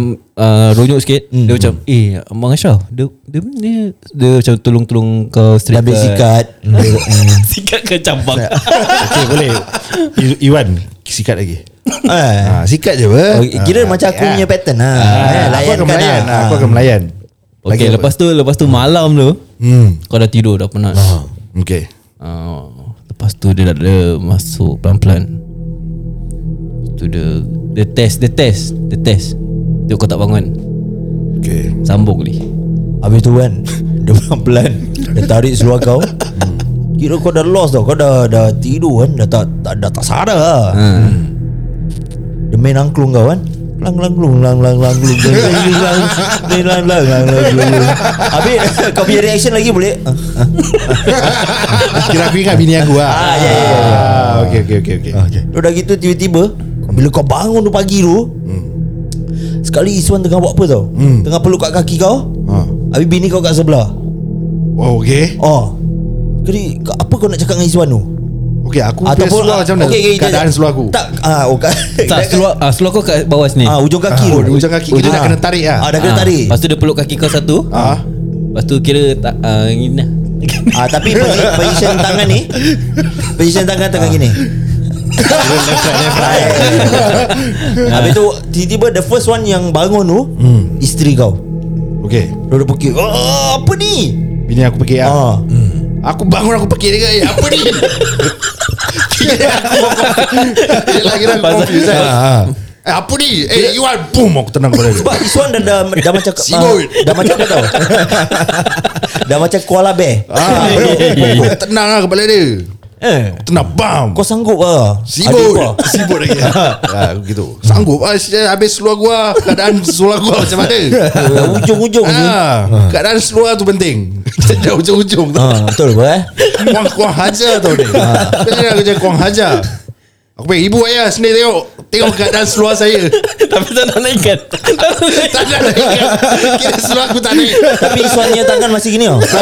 A: uh, ronyok sikit. Hmm. Dia macam eh Abang Ashraf dia dia dia, dia macam tolong-tolong kau
C: Dah
A: straight.
C: ambil sikat Eh.
A: sikat ke jambang.
D: Okay boleh I- Iwan Sikat lagi
C: Ah.
D: ha, Sikat je apa
C: Okey, Oh, Kira
D: Ah,
C: macam aku
D: ah.
C: punya pattern lah Eh,
D: Ah, Aku akan
C: Layankan
D: melayan
C: lah
D: Aku akan melayan
A: Okey lepas tu lepas tu malam tu
D: Hmm
A: kau dah tidur dah penat. Ah.
D: Okay
A: Uh, lepas tu dia, dah- dia masuk pelan-pelan. Lepas tu dia dia test, dia test, dia test. Dia kau tak bangun.
D: Okay
A: Sambung ni.
C: Habis tu kan Dia pelan-pelan Dia tarik seluar kau Kira kau dah lost tau Kau dah, dah tidur kan Dah tak, dah, dah tak sadar lah
D: Ah.
A: Ha.
C: Dia main angklung kau kan Lang lang glung lang lang lang glung lang lang glung, lang lang lang lang lang lang glung, glung. Habis kau punya reaction lagi boleh Ah, ah.
D: Kira aku ingat bini aku lah
C: Ah, ya, ya, ya.
D: Ah, Okay okay okay, okay.
B: Okay
C: Dia dah gitu tiba-tiba Bila kau bangun tu pagi tu
D: Hmm.
C: Sekali Iswan tengah buat apa tau Tengah peluk kat kaki kau
D: Ah.
C: Habis bini kau kat sebelah
D: Oh okay
C: Oh Jadi ka- apa kau nak cakap dengan Izwan tu?
D: Okay aku punya seluar macam mana Keadaan seluar aku
C: Tak ah, oh, ka,
A: Tak, seluar, ah, seluar kau kat bawah sini.
C: ah, Ujung kaki
D: Oh,
C: tu
D: Ujung kaki Kita dah
C: Ah.
D: kena tarik
C: Ah,
D: lah
C: dah kena
A: Ah,
C: tarik
A: Lepas tu dia peluk kaki kau satu.
D: Ah.
A: Lepas tu kira tak ah, gini lah.
C: ah, Tapi posi- position tangan ni Position tangan tengah
D: Ah.
C: gini
D: Hmm.
C: Habis tu Tiba-tiba the first one yang bangun tu Isteri kau
D: Okay
C: Duduk pekik oh, Apa ni
D: Bini aku pergi
C: ya.
D: ah.
C: ah.
D: Aku bangun aku fikir dia eh, Apa ni Kira aku Yelah kira aku confused kan Eh, apa ni? Eh, you are boom aku tenang kepala dia.
C: Sebab Iswan dah, dah, dah macam
D: Sibuk.
C: ah, Dah macam apa tau Dah macam koala bear
D: Ah, aku tenang lah kepala dia.
C: eh,
D: Tenang bam.
C: Kau sanggup lah
D: Sibut Sibut lagi ha, Begitu Sanggup ah, sial, Habis seluar gua Keadaan seluar gua macam mana
C: Ujung-ujung je
D: ha, Keadaan seluar tu penting Jangan ujung-ujung tu
C: Ah, Betul apa eh
D: Kuang kuang hajar tau ni Bila nak kerja kuang hajar Aku panggil ibu ayah sendiri tengok Tengok keadaan seluar saya
A: Tapi tak nak naikkan
D: Tak ada lagi Kira seluar aku tak naik
C: Tapi Iswan punya tangan masih gini oh. tau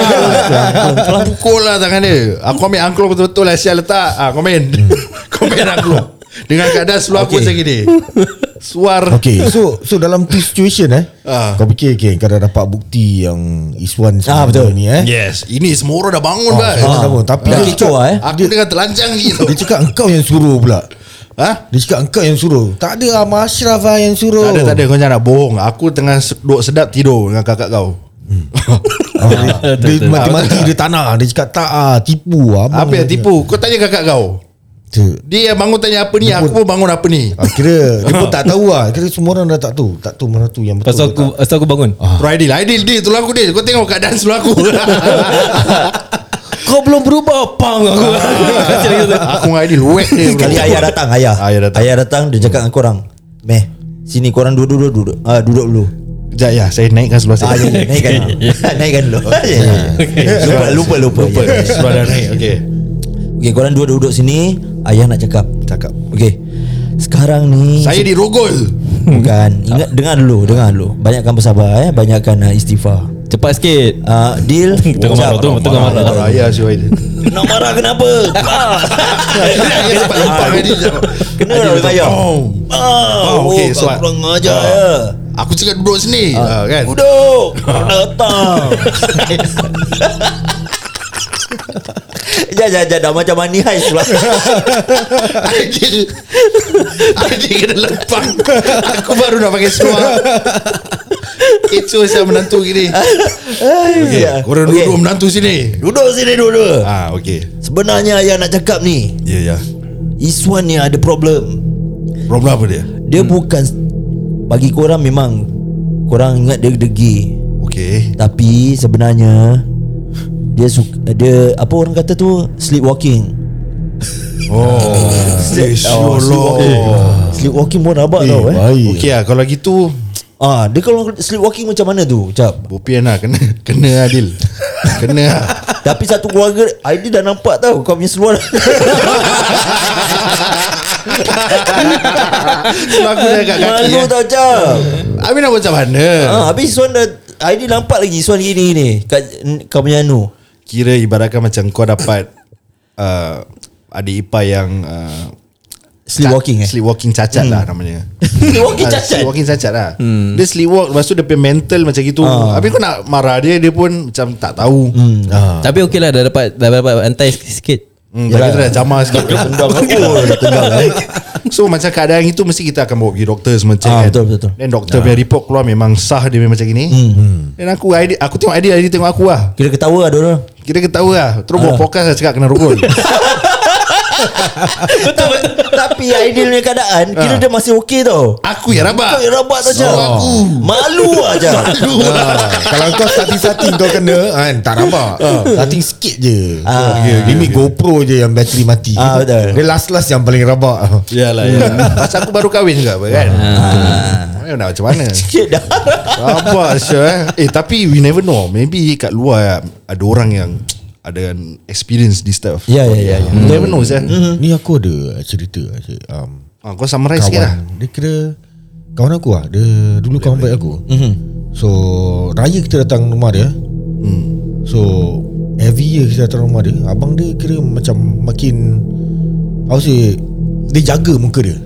D: Kalau pukul lah tangan dia Aku ambil angklung betul-betul lah Sial letak ah, Komen Komen angklung Dengan keadaan seluar aku
C: Okay.
D: macam gini Suar
B: Okay so so dalam tu situation eh
D: Ah.
B: Kau fikir okay, kau dah dapat bukti yang Iswan
C: Ah, betul. Ah.
B: ni eh
D: Yes Ini semua orang dah bangun kan
B: Semua dah bangun. Tapi
C: Dah
B: dia
C: kecoh lah eh
D: Aku dengan telanjang gitu
B: Dia cakap engkau yang suruh pula
D: Ha?
B: Dia cakap engkau yang suruh Tak ada lah Mashraf lah yang suruh
D: Tak ada, tak ada Kau jangan nak bohong Aku tengah se- duduk sedap tidur Dengan kakak kau
B: Ah, dia- Dia mati-mati dia tak nak Dia cakap tak ah Tipu lah abang
D: Apa yang
B: dia
D: tipu Kau tanya kakak kau
B: cakap.
D: Dia yang bangun tanya apa ni Aku pun bangun apa ni
B: Ah, Kira dia pun
C: Ha.
B: tak tahu lah Kira semua orang dah tak tahu Tak tahu mana tu yang betul
A: Lepas tu aku, lepas tu aku bangun
D: Bro Aidil Aidil dia tulang aku dia Kau tengok keadaan sebelah aku
A: Kau belum berubah Pang aku
D: Aku dengan Aidil Weh dia bro.
C: Kali ayah datang ayah.
D: Ayah datang.
C: Ayah datang dia cakap dengan korang. Meh, sini korang duduk dulu duduk. Ah duduk dulu.
D: Sekejap ya Saya naikkan sebelah
C: Ah, ya,
D: saya
C: ya, naikkan. naikkan dulu. Ya, lupa lupa lupa. lupa.
D: Sebelah dah naik Okay
C: Okey, korang dua duduk sini. Ayah nak cakap.
D: Cakap
C: Okey. Sekarang ni
D: Saya dirogol
C: bukan ingat dengar dulu, dengar dulu. Banyakkan bersabar eh, banyakkan uh, istighfar.
A: Cepat sikit
C: Ah, deal
A: Tengah marah tu Tengah marah
D: Ah, Ya si Aidil
C: Nak marah kenapa?
D: Dia sempat lompat Aidil
C: Kena lah saya.
D: Oh,
C: Oh, okay,
D: okey, so-
C: kau kurang ajar ya.
D: Aku cakap duduk sini ah, kan?
C: Duduk Kau datang Jangan jangan dah macam Money Heist pula
D: Aidil Aidil kena lempang Aku baru nak pakai seluar Kecoh saya menantu gini okay. Korang
C: Okey.
D: okay. duduk menantu sini
C: Duduk sini dulu
D: Ah, okay
C: Sebenarnya ayah nak cakap ni
D: Ya, yeah, ya yeah.
C: Iswan ni ada problem
D: Problem apa dia?
C: Dia bukan Bagi korang memang Korang ingat dia degi
D: Okay
C: Tapi sebenarnya Dia suka Dia Apa orang kata tu Sleepwalking
D: Oh Eh,
C: Oh, sleepwalking.
D: syolong
C: Sleepwalking pun rabak tau eh
B: Baik
D: Okay lah, kalau gitu
C: Ah, Dia kalau sleepwalking macam mana tu Cap
D: Bopian lah, kena Kena Adil Kena lah
C: Tapi satu keluarga Aidil dah nampak tau Kau punya seluar
D: Sebab aku dah kat kaki
C: Malu
D: eh.
C: tau Cam
D: Abi nak buat macam mana?
C: ha, Habis Iswan dah Aidil nampak lagi Iswan gini ni Kat, n- Kau punya Anu
D: Kira ibaratkan macam kau dapat uh, Adik ipar yang uh,
C: Sleepwalking eh
D: Sleepwalking cacat lah namanya
C: Sleepwalking
D: Ah,
C: cacat Hmm.
D: Sleepwalking cacat lah Dia sleepwalk Lepas tu dia punya mental macam gitu
C: Ah.
D: Habis kau nak marah dia Dia pun macam tak tahu hmm.
A: Tapi okey lah Dah dapat Dah dapat antai sikit
D: Tapi dia dah lah, jamah sikit
C: Tendang Oh dia tendang
D: lah, eh. So macam keadaan itu Mesti kita akan bawa pergi doktor semua check
C: Ah,
D: kan.
C: betul, betul, betul. Ah.
D: Then doktor punya report keluar Memang sah dia memang macam gini hmm. Dan aku ID, Aku tengok ID ID tengok aku lah
C: Kira ketawa ada orang
D: Kita ketawa lah Terus
C: Ah.
D: buat podcast lah Cakap kena rukun
C: Tapi Aidil punya keadaan Kira
D: Ah.
C: dia masih okey tau
D: Aku yang
C: Kau
D: rabak
C: yang rabak tau Cam
D: aku.
C: Oh. Malu lah Cam
B: Ah, Kalau kau starting-starting kau kena kan, Tak rabak Starting sikit je
C: Ha. Ah.
B: okay, okay, Limit GoPro je yang bateri mati
C: Ah, betul.
B: Dia last-last yang paling rabak
D: Yalah
C: ya.
D: yalah Pasal aku baru kahwin juga apa kan ah. Nak macam mana
C: Sikit dah
D: Rabak Syah eh Eh tapi we never know Maybe kat luar eh, Ada orang yang Ada an experience this type of
C: Ya, ya, ya, ya.
D: We never know Syah
B: Ni aku ada cerita actually. um,
D: ah, Kau summarize sikit
B: Kawan
D: lah
B: Dia kira Kawan aku lah Dia dulu kawan baik aku
D: Mhm.
B: So Raya kita datang rumah dia
D: Hmm.
B: So Every year kita datang rumah dia Abang dia kira macam Makin How to say Dia jaga muka dia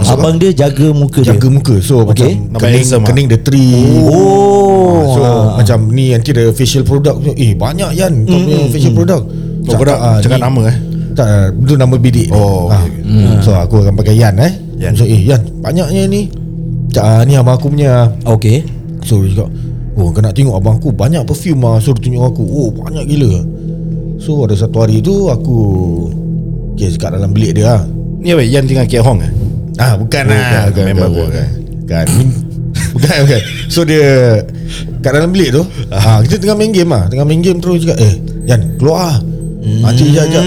C: Abang dia jaga muka dia
B: Jaga muka So
C: Okay.
B: macam
D: Nampak
B: Kening,
D: handsome ah.
B: kening the tree
C: Oh
B: So macam ni Nanti ada facial product tu. Eh banyak Yan Kau punya facial product
D: Kau kau
B: ah,
D: dah cakap
B: ni-
D: nama eh
B: tak, itu nama bidik
D: Oh,
B: Ah.
D: okay,
B: So aku akan pakai Yan eh
D: Yan.
B: So eh Yan Banyaknya ni Cak, ah, Ni abang aku punya
C: Okay
B: So dia cakap Oh kau nak tengok abang aku Banyak perfume lah Suruh tunjuk aku Oh banyak gila So ada satu hari tu Aku Okay kat dalam bilik dia lah
D: Ni apa Ya, Yan tinggal Kiat Hong eh?
B: Ah bukan
D: Oh, bukan,
B: lah
D: bukan,
B: Member
D: bukan, Kan?
B: bukan Bukan, bukan. bukan, bukan. So dia Kat dalam bilik tu ah, Kita tengah main game lah Tengah main game terus cakap Eh Yan keluar lah hmm. Cik sekejap sekejap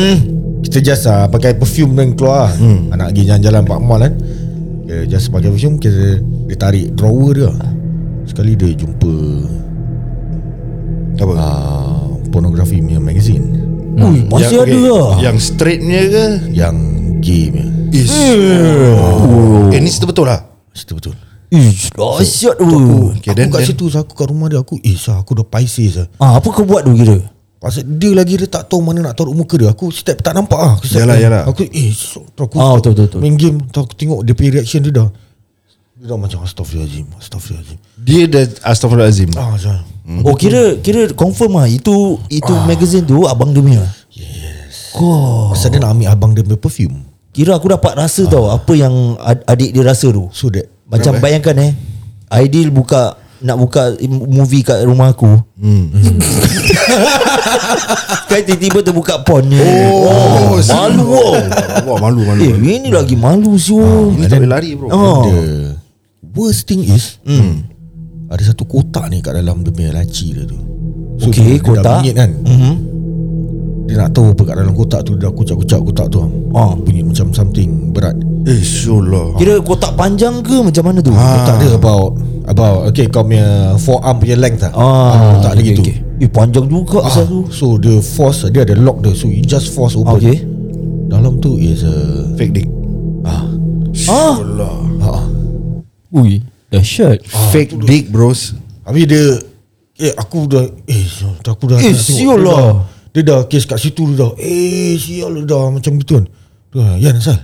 B: Kita just ah, pakai perfume dan keluar lah hmm. Nak pergi jalan-jalan Pak Mal kan Kita just pakai perfume Kita dia tarik drawer dia Sekali dia jumpa Apa? Ah, pornografi punya magazine
C: Ui, masih ada lah
D: Yang straightnya ke?
B: Yang gay punya
D: Is. Oh. Eh ni cerita betul lah.
B: Cerita betul
C: Ish, dahsyat tu
D: Okay,
B: okay, aku
D: then-
B: kat
D: then-
B: situ Aku kat rumah dia Aku eh sah aku dah paiseh sah
C: Ah, apa kau buat tu kira?
B: Pasal dia lagi dia tak tahu mana nak taruh muka dia. Aku step tak nampak ah. Aku step
D: Yalah,
B: down.
D: yalah.
B: Aku eh so, terus aku
C: Ah, betul, betul, betul.
B: main game terus aku tengok dia punya reaction dia dah. Dia dah macam astagfirullahalazim, astagfirullahalazim.
D: Dia dah Astaghfirullahalazim.
B: Ah, Zah.
D: Hmm.
C: Oh, kira kira confirm ah itu itu magazine tu abang dia punya.
B: Oh. Pasal dia nak ambil abang dia punya perfume.
C: Kira aku dapat rasa tau apa yang ad- adik dia rasa tu.
B: So that
C: Macam bayangkan eh Aidil buka Nak buka movie kat rumah aku hmm. Kan tiba-tiba terbuka porn ni
D: Oh,
C: Malu oh.
D: Wah malu malu.
C: Eh ini lagi malu siul
D: Ini tak boleh lari bro. Hmm.
C: Oh.
B: the Ah. worst thing is mm. ada satu kotak ni kat dalam dia punya laci dia tu. dia
C: Okey,
B: dah
C: kotak.
B: Bingit kan.
C: Hmm.
B: Mm-hmm. Dia nak tahu apa kat dalam kotak tu dia dah kucak-kucak kotak tu. Ah, bunyi macam something berat.
D: Eh syullah.
C: Kira kotak panjang ke macam mana tu
B: Ah. Kotak dia about about okay kau punya forearm punya length lah. Ah, kotak dia
C: okay,
B: gitu.
C: okay. Eh panjang juga
B: Ah,
C: asal tu
B: so the force dia ada lock dia so you just force open.
C: Okay.
B: Dalam tu is a
D: Fake dick.
C: Ah,
A: Ui Dahsyat
D: Fake dick bros.
B: Habis dia eh aku dah eh aku dah
C: Eh,
B: nak tengok.
C: siul
B: Dia
C: lah.
B: dah- Dia dah kes kat situ dia dah eh sial dia dah macam gitu kan. Dia Yan asal.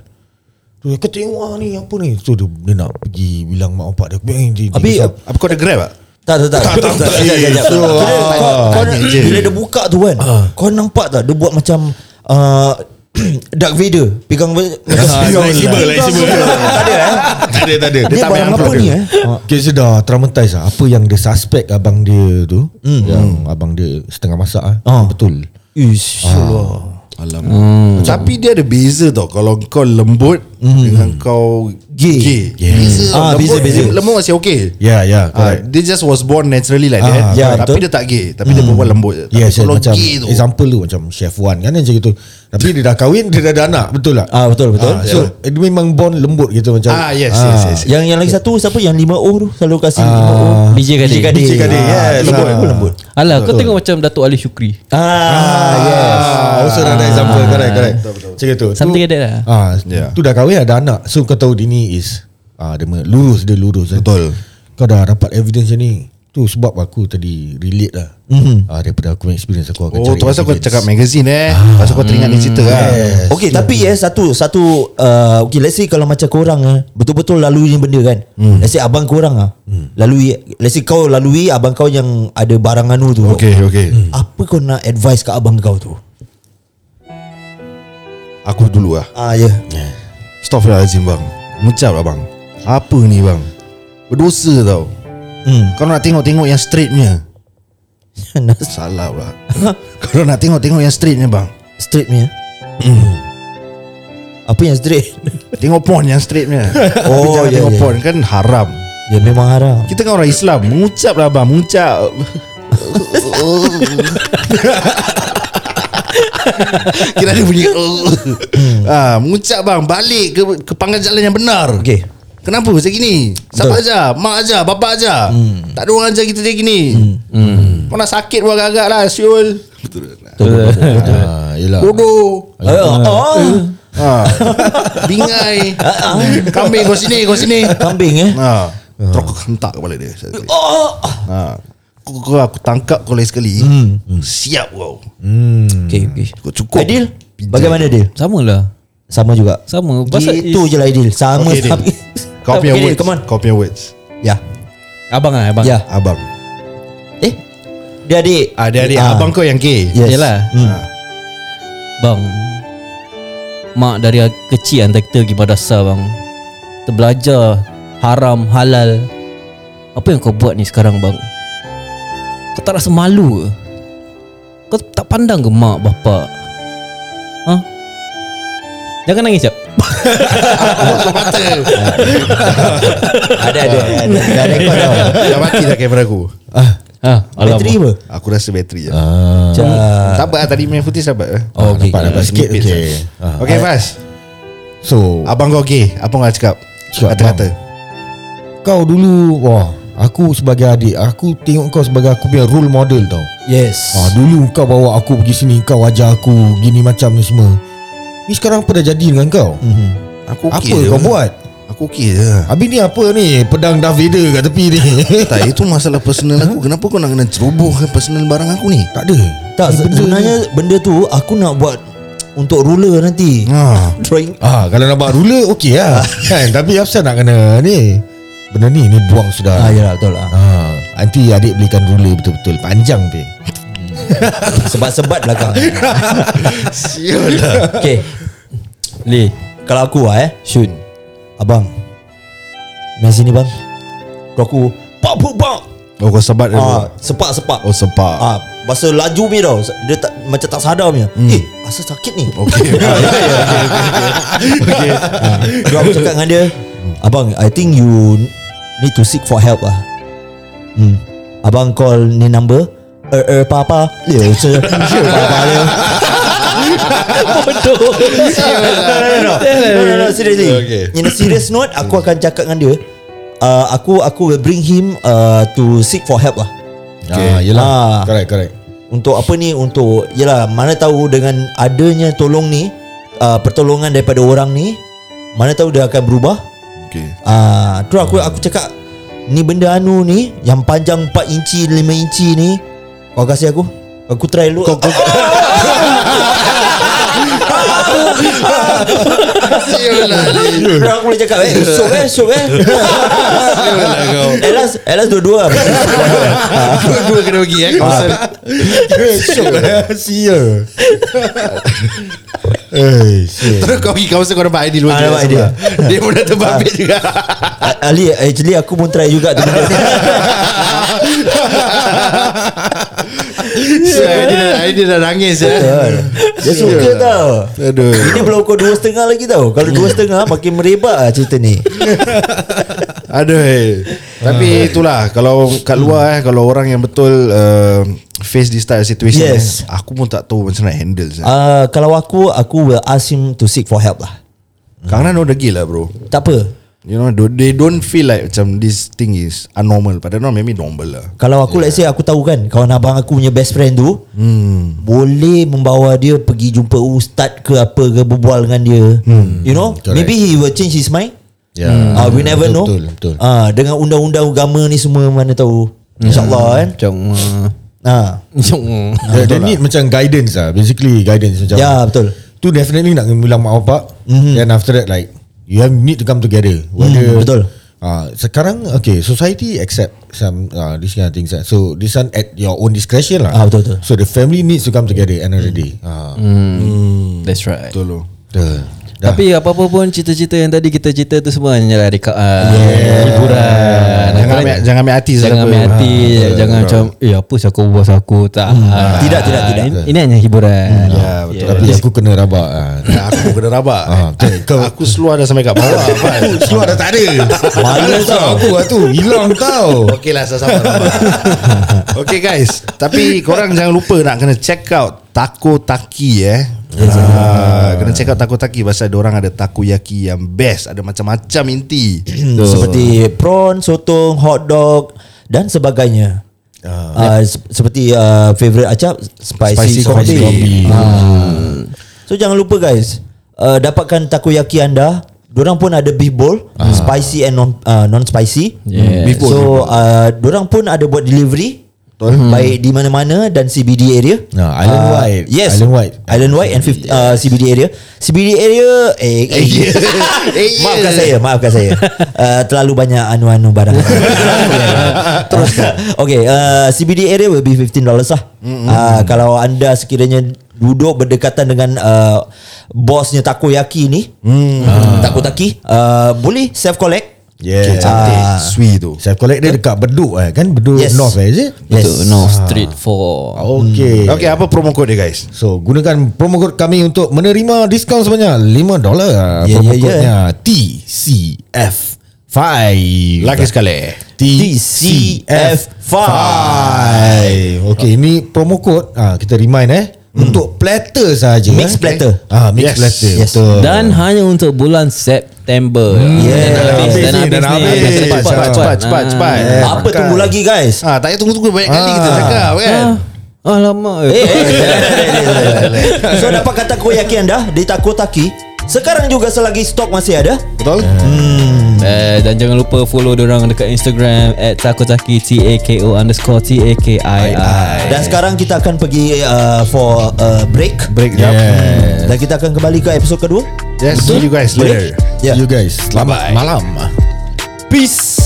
B: Tu kau tengok ah ni apa ni. So dia, dia nak pergi bilang mak bapak dia. Bang, dia- dia
C: Habis
B: kesal.
D: Apa kau ada grab tak?
C: tak tak tak.
B: tak, tak,
C: Kira
B: eh, so,
C: kau- kau-
D: tanya je.
C: Bila dia buka tu kan, kau nampak tak dia buat macam ah, Dark Vader pegang macam
D: lightsaber, lightsaber.
C: Tak ada eh.
D: Tak ada tak ada.
C: Dia barang apa ni eh?
B: Okay, so dah traumatized lah. Apa yang dia suspect abang dia tu mm. Yang abang dia setengah masak lah
C: Ah.
B: Betul
C: Ish.
D: Alamak. Hmm. Tapi dia ada beza tau kalau kau lembut hmm. dengan kau
C: Gay.
D: gay.
B: Yeah.
D: Beza. tau.
C: Ah,
D: lembut,
C: beza, beza.
D: Lembut masih okay.
B: Ya, ya
D: Ah,
B: correct
D: dia just was born naturally like that.
C: yeah, betul.
D: tapi dia tak gay, tapi dia berbual lembut. Tapi
B: Yes, yes
D: kalau
B: Ya, macam
D: gay tu.
B: example tu macam Chef Wan kan macam gitu. Tapi dia dah kahwin, dia dah ada anak, betul tak?
C: Ah, betul, betul.
B: so yeah. dia memang born lembut gitu macam.
D: Ah, yes, yes, yes.
C: Yang yang lagi satu siapa yang 5O tu selalu kasi 5O.
A: DJ Kadir.
B: DJ Kadir, yes.
C: Lembut
B: Ah.
C: aku lembut.
A: Alah kau tengok macam Datuk Ali Syukri
C: Ah, yes.
B: Ah, also dah ada example correct correct. Macam gitu. Tu-
A: Something like that lah.
B: Ah,
D: Yeah.
B: tu dah kahwin ada anak. So kau tahu dia ni is ah dia me- lurus dia lurus. kan.
D: Betul.
B: Kau dah dapat evidence yang ni. Tu sebab aku tadi relate lah. Mm-hmm. Ah, daripada aku punya experience aku akan
D: Mhm. Oh,
B: cari
D: tu pasal kau
B: evidence.
D: cakap magazine eh. Pasal kau teringat ni cerita lah.
B: Yes.
C: Okay tapi eh satu satu uh, okay let's say kalau macam korang eh, betul-betul lalui ni benda kan. Hmm. Let's say abang korang ah. Hmm. Lalui let's say kau lalui abang kau yang ada barang anu tu.
D: Okay, okay.
C: Apa kau nak advice kat abang kau tu?
D: Aku dulu lah.
C: Ah ya. Yeah.
D: Astaghfirullahalazim bang. Mengucap lah bang. Apa ni bang? Berdosa tau.
C: Hmm.
D: Kau nak tengok-tengok yang straightnya.
C: Nak
D: Salah pula. Kau nak tengok-tengok yang straightnya bang.
C: straight ni eh. Apa yang straight?
D: Tengok porn yang straightnya
C: Oh,
D: Jangan
C: ya,
D: tengok
C: ya.
D: porn kan haram
C: ya memang haram.
D: Kita kan orang Islam Mengucap lah abang Mengucap Kira ada bunyi ah, Mengucap bang Balik ke, ke pangkat jalan yang benar
C: Okey. Eh,
D: Kenapa macam gini Siapa aja Mak aja Bapak aja Tak ada orang aja kita macam gini Kau nak sakit pun agak-agak lah Syul Betul tak?
B: Ah, yelah.
D: Bodoh
C: Ah, oh.
D: ha. Bingai Kambing kau sini Kau sini
C: Kambing eh.
D: Ha. Terus aku hentak kepala dia.
C: Oh.
D: Ha. Kau, kau aku tangkap kau lain sekali. Hmm. Siap kau.
C: Okay, okay.
D: Hmm. Cukup cukup.
C: Adil, bagaimana Adil?
A: Sama lah
C: Sama juga.
A: Sama
C: Pasal
A: Pasal
C: itu je lah Adil. Sama
D: Okay, Adil.
C: sama.
D: Kau punya
C: Okay, Adil,
D: words.
C: Come on.
D: Kau punya words.
C: Ya.
A: Abang lah abang
C: Ya.
D: Abang.
C: Eh. Dia adik.
D: Ah, dia adik abang kau yang gay.
C: Yes. Hmm.
A: Yelah
D: Ha.
A: Bang Mak dari kecil hantar kita pergi madrasah bang Kita belajar Haram, halal Apa yang kau buat ni sekarang bang Kau tak rasa malu ke? Kau tak pandang ke mak bapak? Ha? Jangan nangis Cap
C: Ada
D: Ah.
C: ada ada. Dah rekod tau.
D: Dah mati dah kamera aku
A: ha,
C: Bateri apa?
D: Aku rasa bateri je
C: Macam
D: Sabar lah tadi main footage sabar
C: Oh, okay.
B: Dapat dapat sikit
D: Nipis
B: Okay
D: ah. Okay Fas
B: So
D: Abang kau gay Apa kau nak cakap
B: Cakap
D: Kata-kata
B: Kau dulu Wah Aku sebagai adik Aku tengok kau sebagai Aku punya role model tau
C: Yes.
B: ah, Dulu kau bawa aku pergi sini Kau ajar aku Gini macam ni semua Ni sekarang apa dah jadi dengan kau
C: Mhm.
D: Aku
B: Apa kau buat
D: Aku okey je
B: Habis ni apa ni Pedang Darth Vader kat tepi ni
D: Tak Ah, itu masalah personal aku Kenapa kau nak kena cerobohkan personal barang aku ni
B: Tak ada
C: Tak
B: Ni
C: se- sebenarnya benda tu aku nak buat untuk ruler nanti.
B: ah.
C: Drawing
B: ah, Kalau nak buat ruler Okey lah kan? Tapi Afsan nak kena Ni Benda ni Ni buang
C: Ah,
B: sudah
C: ya betul lah.
B: ah, Nanti adik belikan ruler betul-betul Panjang pe
C: Sebat-sebat belakang.
D: Sial lah
C: Okay. Li, kalau aku lah eh, shoot. Abang. Main sini bang. Kalau aku pak pak pak.
D: Oh kau sebat
C: Ah, sepak sepak.
D: Oh sebat
C: Ah, bahasa laju punya tau. Dia tak macam tak sadar punya. Eh, rasa sakit ni.
D: Okay
C: Bro aku Ah, cakap dengan dia Abang I think you Need to seek for help lah hmm. Abang call ni number Er er papa Dia se Dia papa dia
A: Bodoh
C: No no no No no no seriously In a serious note Aku akan cakap dengan dia uh, Aku aku will bring him uh, To seek for help lah
B: okay. ah, Yelah
C: Ah.
B: Correct correct
C: Untuk apa ni Untuk Yelah Mana tahu dengan Adanya tolong ni uh, Pertolongan daripada orang ni Mana tahu dia akan berubah
D: Okay
C: Ah, tu aku aku cakap ni benda anu ni yang panjang 4 inci 5 inci ni kau kasih aku. Aku try dulu. Kau, kau,
D: Sial lah
C: aku boleh cakap eh syok eh syok eh. Elas Elas dua-dua.
D: Dua kena pergi eh
B: Syok lah Sia Eh, sia.
D: Terus kau pergi kawasan kau dapat idea luar
C: Ah, dapat
D: sebelah. Dia pun dah terbabit juga
C: A- Ali Ah, actually aku pun try juga tu benda.
D: So, eh, Dia dah- dia dah nangis ya.
C: Dia suka tau.
D: Aduh
C: Ini belum kau dua setengah lagi tau. Kalau dua setengah makin merebak lah cerita ni.
D: Aduh eh. Tapi itulah Kalau kat luar eh Kalau orang yang betul uh, Face this type of situation
C: Yes.
D: eh, Aku pun tak tahu macam nak handle uh,
C: Ah, kalau aku aku will ask him to seek for help lah.
D: Karena no degil lah bro
C: Tak apa.
D: You know do- They don't feel like Macam this thing is Abnormal Padahal no maybe normal lah
C: Kalau aku yeah. let's say aku tahu kan kawan abang aku punya best friend tu hmm. boleh membawa dia pergi jumpa ustaz ke apa ke berbual dengan dia. Hmm. You know,
B: Correct.
C: Correct. maybe he will change his mind.
B: Ya.
D: Hmm.
C: Uh, we never
B: betul,
C: know.
B: Betul, betul. Hmm.
C: Ah, dengan undang-undang agama ni semua mana tahu. InsyaAllah kan.
A: Macam uh,
C: Ah.
A: Macam
B: They, they need macam guidance lah Basically guidance
C: Ya,
B: macam
C: yeah, betul.
B: Tu definitely nak bilang mak bapak mm-hmm. Then after that like You have need to come together Whether
C: Mm, betul.
B: Uh, sekarang okay society accept some uh, this kind of things lah. so this one at your own discretion lah
C: Ah, betul, betul. Mhm.
B: so the family needs to come together another day ah
A: Hmm, That's right
D: Betul lo
B: betul dah
A: Tapi apa-apa pun Cerita-cerita yang tadi kita cerita tu Semua hanyalah rekaan Hiburan
D: Jangan
A: Apa
D: ambil,
A: lagi?
D: jangan ambil hati
A: Jangan
D: siapa. Ah,
A: ambil hati Jangan macam Eh apa sih aku bos aku Tak
D: Hmm.
A: ah."
C: Tidak, tidak, tidak.
A: Ini- Ini hanya hiburan
D: Ya betul
B: tapi aku kena rabak ah
D: Nah, Aku pun kena rabak Eh,
B: Ah, betul. Kau-
D: Aku seluar dah sampai kat bawah Abang.
B: Seluar dah tak ada
C: Malu
B: tau
C: tau.
B: Aku lah tu Hilang tau
D: Okey lah sama-sama Okay guys Tapi korang jangan lupa Nak kena check out Taco Taki eh Ah, kena check out takoyaki pasal orang ada takoyaki yang best ada macam-macam inti.
C: Seperti prawn, sotong, hot dog dan sebagainya. Uh, se- seperti uh, favorite acap spicy,
D: Spicy
C: spicy kopi.
D: kopi.
C: Ah. So jangan lupa guys, uh, dapatkan takoyaki anda. Diorang pun ada beef bowl, spicy and non uh, non spicy.
A: Yes.
D: Beef bowl, beef
C: So uh, diorang pun ada buat delivery. Baik di mana-mana dan CBD area.
B: Ah, island
C: Ah,
B: wide.
C: Yes.
B: Island wide.
C: Island wide and 50, uh, CBD area. CBD area eh, eh,
D: Eh, ya.
C: Maafkan saya Maafkan saya uh, Terlalu banyak anu-anu barang Terus Okay uh, CBD area will be $15 lah uh, Kalau anda sekiranya Duduk berdekatan dengan uh, Hmm. Ah. Bosnya takoyaki ni mm. Takoyaki uh, Boleh self collect
B: Yeah.
D: Okay, cantik
C: Ah.
D: Sui tu
B: Saya collect dia dekat Bedok eh kan Bedok
C: Yes.
B: North eh is it?
C: Yes.
A: Betul,
D: Ah.
A: no street for
B: Okay.
D: Okay apa promo code dia guys
B: So gunakan promo code kami untuk menerima diskaun sebanyak 5 dolar. ah,
C: Ya,
B: promo
C: ya, ya.
B: code-nya TCF5.
D: Lagi sekali
B: TCF5. Okay, ini promo code ah kita remind eh untuk platter saja. eh.
C: Mix Hmm. platter.
B: Ah, mix
D: Yes.
B: platter.
C: Yes.
B: Betul.
A: Dan hanya untuk bulan September
D: Hmm.
B: yeah.
A: Dan habis Dan
B: Habis ni,
A: habis
B: dan
A: ni
B: habis.
A: Habis
D: Cepat cepat cepat cepat, cepat.
B: Eh,
C: Apa
B: makan.
C: tunggu lagi guys?
D: Ah, tak payah tunggu-tunggu banyak kali kita cakap kan.
A: Ah. Alamak
C: Eh, eh, eh. so dapat kata koyaki anda di Takotaki sekarang juga selagi stok masih ada.
D: Betul?
A: Eh, Dan jangan lupa follow dorang dekat Instagram At Takotaki T-A-K-O underscore T-A-K-I-I
C: Dan sekarang kita akan pergi uh, for uh, break.
D: Break
B: Yeah.
D: yeah.
C: Dan kita akan kembali ke episod kedua.
D: Ya. Yes, see you guys later.
B: You guys, selamat malam.
D: Peace.